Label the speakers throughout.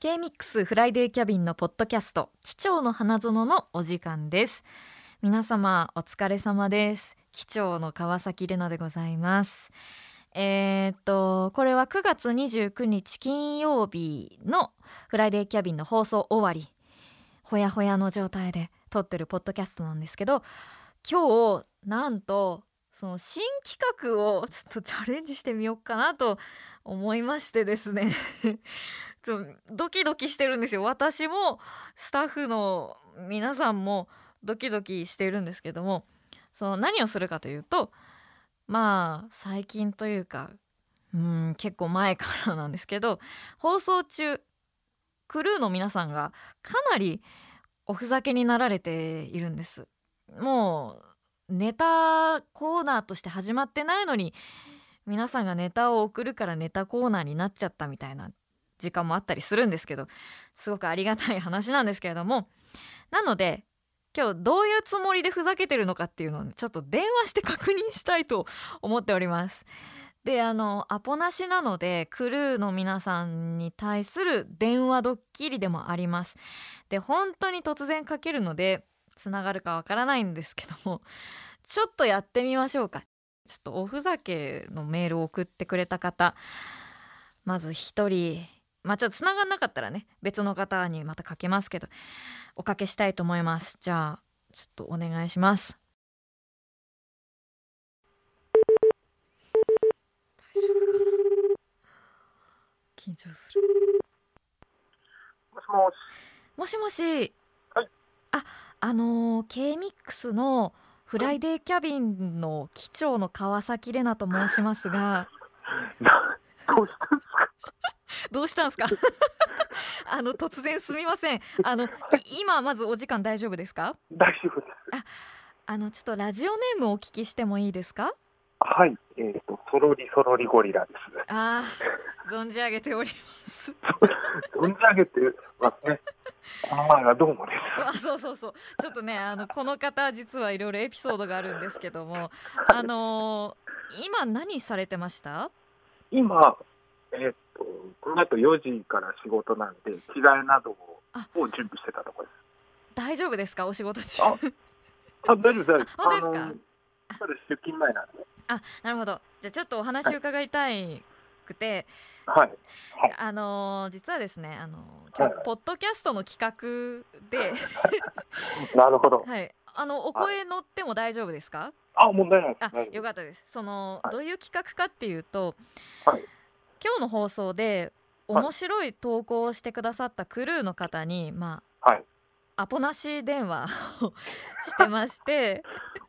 Speaker 1: K ミックスフライデーキャビンのポッドキャスト「機長の花園」のお時間です皆様お疲れ様です機長の川崎れなでございますえーっとこれは9月29日金曜日のフライデーキャビンの放送終わりほやほやの状態で撮ってるポッドキャストなんですけど今日なんとその新企画をちょっとチャレンジしてみようかなと思いましてですねちょドキドキしてるんですよ私もスタッフの皆さんもドキドキしてるんですけどもその何をするかというとまあ最近というかうん結構前からなんですけど放送中クルーの皆さんがかなりおふざけになられているんです。もうネタコーナーとして始まってないのに皆さんがネタを送るからネタコーナーになっちゃったみたいな時間もあったりするんですけどすごくありがたい話なんですけれどもなので今日どういうつもりでふざけてるのかっていうのをちょっと電話して確認したいと思っております。であのアポなしなのでクルーの皆さんに対する電話ドッキリでもあります。で本当に突然かけるのでつながるかわからないんですけどもちょっとやってみましょうかちょっとおふざけのメールを送ってくれた方まず一人まあちょっとつながんなかったらね別の方にまたかけますけどおかけしたいと思いますじゃあちょっとお願いします大丈夫かな緊張する
Speaker 2: もしもし。
Speaker 1: もしもし。
Speaker 2: はい
Speaker 1: あ、あのー、K ミックスのフライデーキャビンの機長の川崎れなと申しますが、
Speaker 2: などうしたんですか
Speaker 1: どうしたんですか。 あの突然すみません。あのい今まずお時間大丈夫ですか。
Speaker 2: 大丈夫です。
Speaker 1: あのちょっとラジオネームをお聞きしてもいいですか。
Speaker 2: はい。えっ、と、そろりそろりゴリラです。
Speaker 1: ああ、存じ上げております。
Speaker 2: 存じ上げてますね。この前はどうもで
Speaker 1: あそうそうそうちょっとねあのこの方実はいろいろエピソードがあるんですけどもあのー今何されてました
Speaker 2: す。今、えっ、と、この後4時から仕事なんで、着替えなどを
Speaker 1: あ
Speaker 2: を準備してたところです。
Speaker 1: 大丈夫ですかお仕事中
Speaker 2: ああ、大丈夫です。
Speaker 1: あ本当ですか
Speaker 2: あのまだ出勤前なんで。
Speaker 1: あ なるほどじゃあちょっとお話伺いたいくて、
Speaker 2: はい。はい
Speaker 1: あのー実はですねあのー今日
Speaker 2: はい
Speaker 1: ポッドキャストの企画で、
Speaker 2: なるほど。
Speaker 1: はい、あのお声乗っても大丈夫ですか
Speaker 2: あ、問題ないです。
Speaker 1: あ
Speaker 2: 大丈
Speaker 1: よ
Speaker 2: 夫
Speaker 1: かったですその、
Speaker 2: はい
Speaker 1: どういう企画かっていうと、
Speaker 2: はい
Speaker 1: 今日の放送で
Speaker 2: はい
Speaker 1: 面白い投稿をしてくださったクルーの方にまあ
Speaker 2: はい。
Speaker 1: アポなし電話をしてま して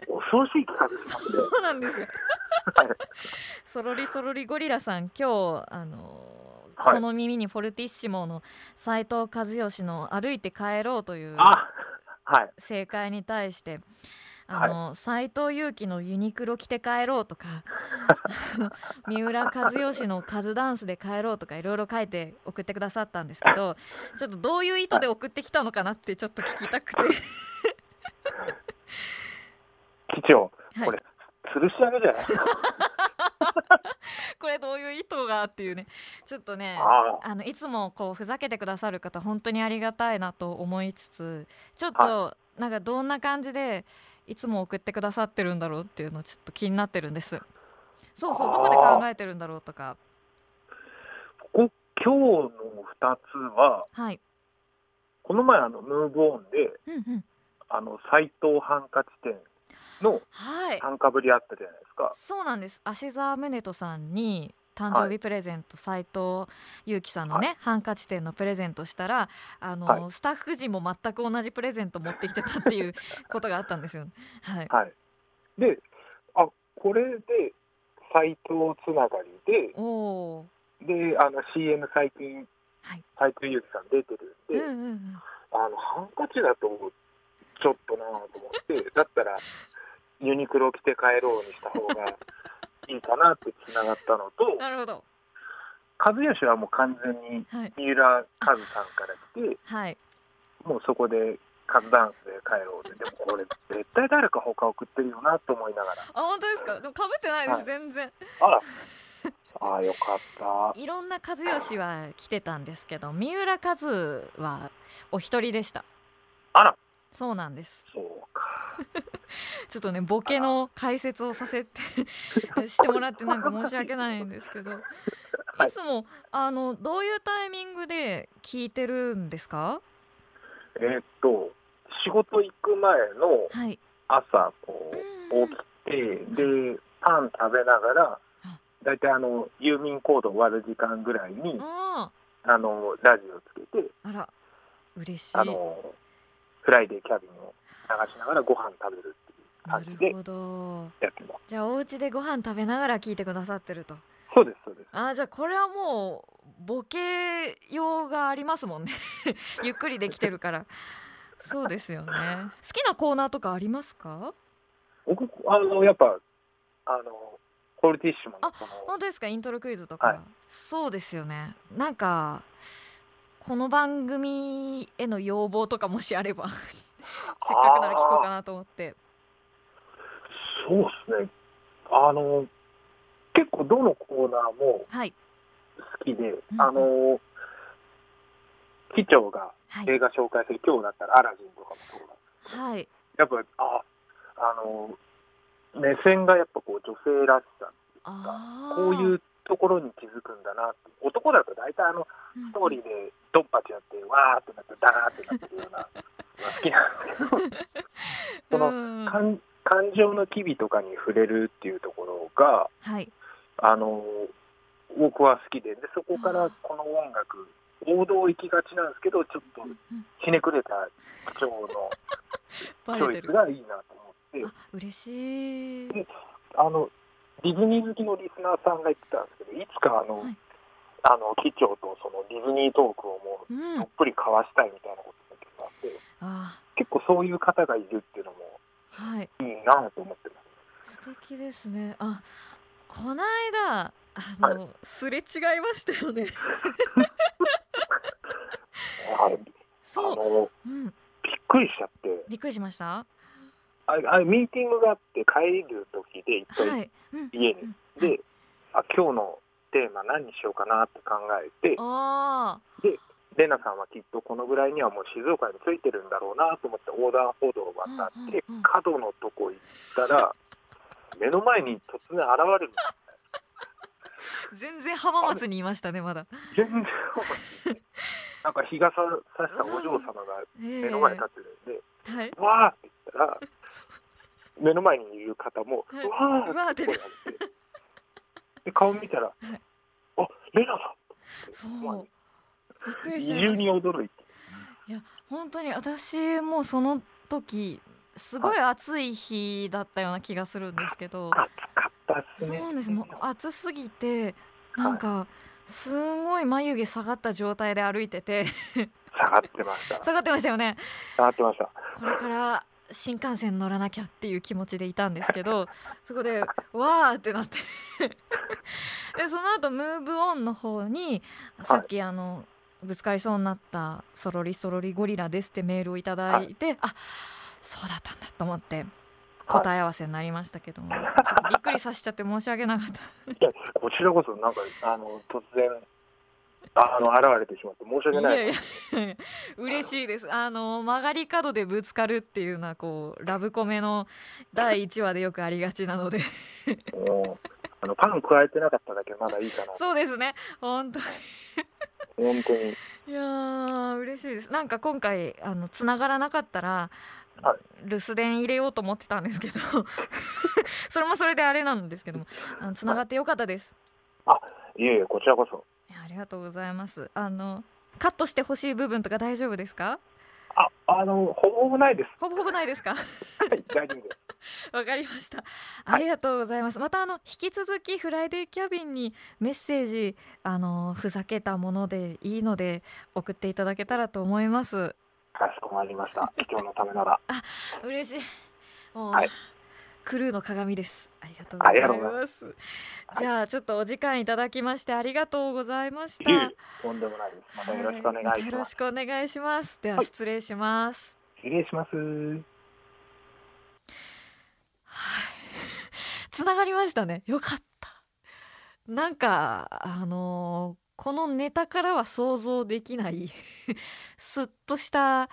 Speaker 2: 恐ろしい企画ですので。
Speaker 1: そうなんですよ
Speaker 2: はい。
Speaker 1: そろりそろりゴリラさん今日あのー
Speaker 2: はい
Speaker 1: その耳にフォルティッシモの斉藤和義の「歩いて帰ろう」という
Speaker 2: あ、はい。
Speaker 1: 正解に対してあの斉藤佑樹の「ユニクロ着て帰ろう」とかあの三浦和義の「カズダンスで帰ろう」とかいろいろ書いて送ってくださったんですけどちょっとどういう意図で送ってきたのかなってちょっと聞きたくて
Speaker 2: 機長、
Speaker 1: はい
Speaker 2: これ、吊るし上げじゃないですか。
Speaker 1: これどういう意図がっていうねちょっとね
Speaker 2: あ
Speaker 1: あのいつもこうふざけてくださる方本当にありがたいなと思いつつちょっとなんかどんな感じでいつも送ってくださってるんだろうっていうのちょっと気になってるんですそうそう
Speaker 2: あー
Speaker 1: どこで考えてるんだろうとか
Speaker 2: こ今日の2つは、
Speaker 1: はい
Speaker 2: この前あのムーブオンで
Speaker 1: うんうん
Speaker 2: あの斎藤ハンカチ店の
Speaker 1: はい
Speaker 2: ハンカぶりあったじゃないですか。
Speaker 1: そうなんです芦澤宗人さんに誕生日プレゼント、斉藤佑樹さんのね、ハンカチ店のプレゼントしたらあの、
Speaker 2: は
Speaker 1: スタッフ陣も全く同じプレゼント持ってきてたっていうことがあったんですよ。はい、
Speaker 2: はい。で、あこれで斎藤つながり
Speaker 1: おお
Speaker 2: で、であの CM 最近
Speaker 1: はい
Speaker 2: 斎藤佑樹さん出てる
Speaker 1: ー、う
Speaker 2: んで、
Speaker 1: んうんうん
Speaker 2: あのハンカチだとちょっとなぁと思 って、だったらユニクロ着て帰ろうにした方がいいかなってつながったの と、
Speaker 1: なるほど
Speaker 2: 和義はもう完全に
Speaker 1: はい
Speaker 2: 三浦和さんから来て。
Speaker 1: はい
Speaker 2: もうそこでカズダンスで帰ろうで、でもこれ、絶対誰か他送ってるよなと思いながら、
Speaker 1: あ本当ですか。でも被ってないです、
Speaker 2: はい
Speaker 1: 全然。
Speaker 2: あら、ああよかった
Speaker 1: いろんな和義は来てたんですけど三浦和はお一人でした
Speaker 2: あら
Speaker 1: そうなんです
Speaker 2: そうか
Speaker 1: ちょっとねボケの解説をさせ てしてもらってなんか申し訳ないんですけどい
Speaker 2: はい
Speaker 1: つもあのどういうタイミングで聞いてるんですか
Speaker 2: えーっと仕事行く前の
Speaker 1: はい
Speaker 2: 朝こ
Speaker 1: うん
Speaker 2: う起きてでパン食べながら
Speaker 1: あ
Speaker 2: だいたいあの郵便コード終わる時間ぐらいに
Speaker 1: あ
Speaker 2: あのラジオつけて
Speaker 1: ーあら嬉しい
Speaker 2: あのフライデーキャビンを流しながらご飯食べるっていう
Speaker 1: な
Speaker 2: 感じで
Speaker 1: るほど
Speaker 2: やってます
Speaker 1: じゃあお家でご飯食べながら聞いてくださってると
Speaker 2: そうですそうです
Speaker 1: あーじゃあこれはもうボケ用があります もんねゆっくりできてるからそうです よね好きなコーナーとかありますか
Speaker 2: 僕あのやっぱあのコールティッシュも
Speaker 1: あ
Speaker 2: その
Speaker 1: 本当ですかイントロクイズとか、
Speaker 2: はい
Speaker 1: そうですよねなんかこの番組への要望とかもしあれ ばせっかくなら聞こうかなと思って
Speaker 2: そうですねあの結構どのコーナーも
Speaker 1: はい
Speaker 2: 好きで、
Speaker 1: うん
Speaker 2: あの機長が
Speaker 1: はい
Speaker 2: 映画紹介する今日だったら「アラジン」とかもそうだ
Speaker 1: はい
Speaker 2: やっぱああの目線がやっぱこう女性らしさ
Speaker 1: あー
Speaker 2: こういうところに気づくんだなって男だと大体あの
Speaker 1: うん
Speaker 2: ストーリーでドンパチやってわーってなってダーってなってるようなまあ好きなんですけどその
Speaker 1: うん
Speaker 2: 感感情の機微とかに触れるっていうところが
Speaker 1: はい
Speaker 2: あの僕は好きででそこからこの音楽王道行きがちなんですけどちょっと
Speaker 1: うん
Speaker 2: ひねくれた口調の
Speaker 1: バ
Speaker 2: チョ
Speaker 1: レ
Speaker 2: イ
Speaker 1: て
Speaker 2: ス
Speaker 1: る
Speaker 2: がいいなと思って
Speaker 1: あ嬉しい
Speaker 2: あのディズニー好きのリスナーさんが言ってたんですけどいつかあの、
Speaker 1: はい
Speaker 2: あの機長とそのディズニートークをも
Speaker 1: う
Speaker 2: うど
Speaker 1: ん
Speaker 2: っぷり交わしたいみたいなことだけどあって
Speaker 1: あ
Speaker 2: 結構そういう方がいるっていうのも
Speaker 1: はい
Speaker 2: いいなと思ってます。
Speaker 1: 素敵ですねあこの間あの、すれ違いました よね
Speaker 2: はいあ
Speaker 1: そう、
Speaker 2: の
Speaker 1: うん、
Speaker 2: びっくりしちゃって
Speaker 1: びっくりしました
Speaker 2: ああミーティングがあって帰る時で一
Speaker 1: は
Speaker 2: 回
Speaker 1: い、うん、
Speaker 2: 家に、
Speaker 1: うん
Speaker 2: であ今日のテーマ何にしようかなって考えて
Speaker 1: あ
Speaker 2: レナさんはきっとこのぐらいにはもう静岡に着いてるんだろうなと思って横断歩道を渡って
Speaker 1: うんうんうん
Speaker 2: 角のとこ行ったら目の前に突然現れる
Speaker 1: ー全然浜松にいましたねまだ
Speaker 2: 全然 なんか日がささしたお嬢様が目
Speaker 1: 目
Speaker 2: の前に立ってるんで
Speaker 1: はい
Speaker 2: 「わー!」って言ったら目の前にいる方も「
Speaker 1: はいう
Speaker 2: わ
Speaker 1: うわー
Speaker 2: ー!」
Speaker 1: っ
Speaker 2: ってて声が出てで顔見たら「あレナさん!」
Speaker 1: そう
Speaker 2: もう
Speaker 1: びっくり
Speaker 2: 二
Speaker 1: し
Speaker 2: 重
Speaker 1: まし
Speaker 2: に
Speaker 1: た
Speaker 2: 驚いて
Speaker 1: 本当に私もその時すごい暑い日だったような気がするんですけど、
Speaker 2: 暑かったっす
Speaker 1: そう
Speaker 2: ね。
Speaker 1: なんですもう暑すぎてなんかすごい眉毛下がった状態で歩いてて
Speaker 2: 下がってました。
Speaker 1: 下がってましたよね
Speaker 2: 下がってました。
Speaker 1: これから新幹線乗らなきゃっていう気持ちでいたんですけど そこでわーってなってでその後ムーブオンの方にさっきあの、ぶつかりそうになった「そろりそろりゴリラです」ってメールをいただいて、あそうだったんだと思って答え合わせになりましたけども、ちょっとびっくりさせちゃって申し訳なかった。
Speaker 2: いや、こちらこそ、なんか、あの、突然。あの、現れてしまって、申し訳な
Speaker 1: い
Speaker 2: い。
Speaker 1: やいやいや 嬉しいですあの曲がり角でぶつかるっていうのはこうラブコメの第1話でよくありがちなので
Speaker 2: もうあの、パン加えてなかっただけ、まだいいかな。
Speaker 1: そうですね本当
Speaker 2: 本当に。
Speaker 1: いやー嬉しいですなんか今回あの繋がらなかったら、
Speaker 2: は
Speaker 1: 留守電入れようと思ってたんですけど それもそれであれなんですけどもあの繋がってよかったです
Speaker 2: いえいえ、こちらこそ。
Speaker 1: いやありがとうございますあのカットしてほしい部分とか大丈夫ですか
Speaker 2: あ、あの、ほぼほぼないです。
Speaker 1: ほぼほぼないですか
Speaker 2: はい、大丈夫で す。
Speaker 1: わかりました。ありがとうございます。またあの引き続きフライデーキャビンにメッセージあのふざけたものでいいので送っていただけたらと思います。
Speaker 2: かしこまりました。今日のためなら。
Speaker 1: 嬉しい。もう、
Speaker 2: はい
Speaker 1: クルーの鏡です。ありがとうござ
Speaker 2: ありがと
Speaker 1: いう
Speaker 2: ござい
Speaker 1: ます。じゃあちょっとお時間いただきましてありがとうございまし
Speaker 2: いえい
Speaker 1: た
Speaker 2: え。、とんでもないです。またよろしくお
Speaker 1: はい
Speaker 2: 願い
Speaker 1: ま
Speaker 2: した
Speaker 1: よろ
Speaker 2: ま
Speaker 1: し
Speaker 2: す。
Speaker 1: くお願いします。では
Speaker 2: はい
Speaker 1: 失礼します。
Speaker 2: 失礼します。
Speaker 1: つながりましたね。よかった。なんかあのーこのネタからは想像できない すっとした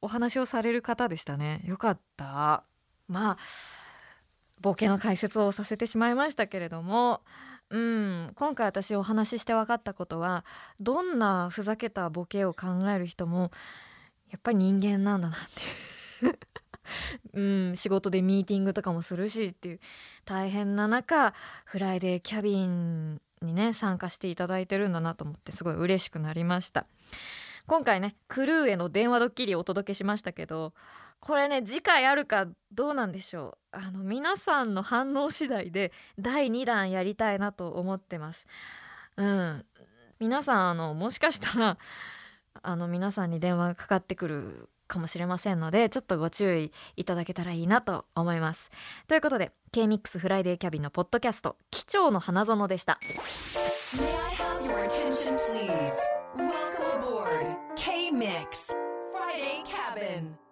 Speaker 1: お話をされる方でしたねよかったまあボケの解説をさせてしまいましたけれどもうん今回私お話しして分かったことはどんなふざけたボケを考える人もやっぱり人間なんだなって いううん仕事でミーティングとかもするしっていう大変な中フライデーキャビンにね参加していただいてるんだなと思ってすごい嬉しくなりました今回ねクルーへの電話ドッキリをお届けしましたけどこれね次回あるかどうなんでしょうあの皆さんの反応次第で第2弾やりたいなと思ってますうん皆さんあのもしかしたらあの皆さんに電話がかかってくるかもしれませんのでちょっとご注意いただけたらいいなと思いますということで K-MIX フライデーキャビンのポッドキャスト「機長の花園」でした
Speaker 3: May I have your attention, please? Welcome aboard K Mix Friday Cabin.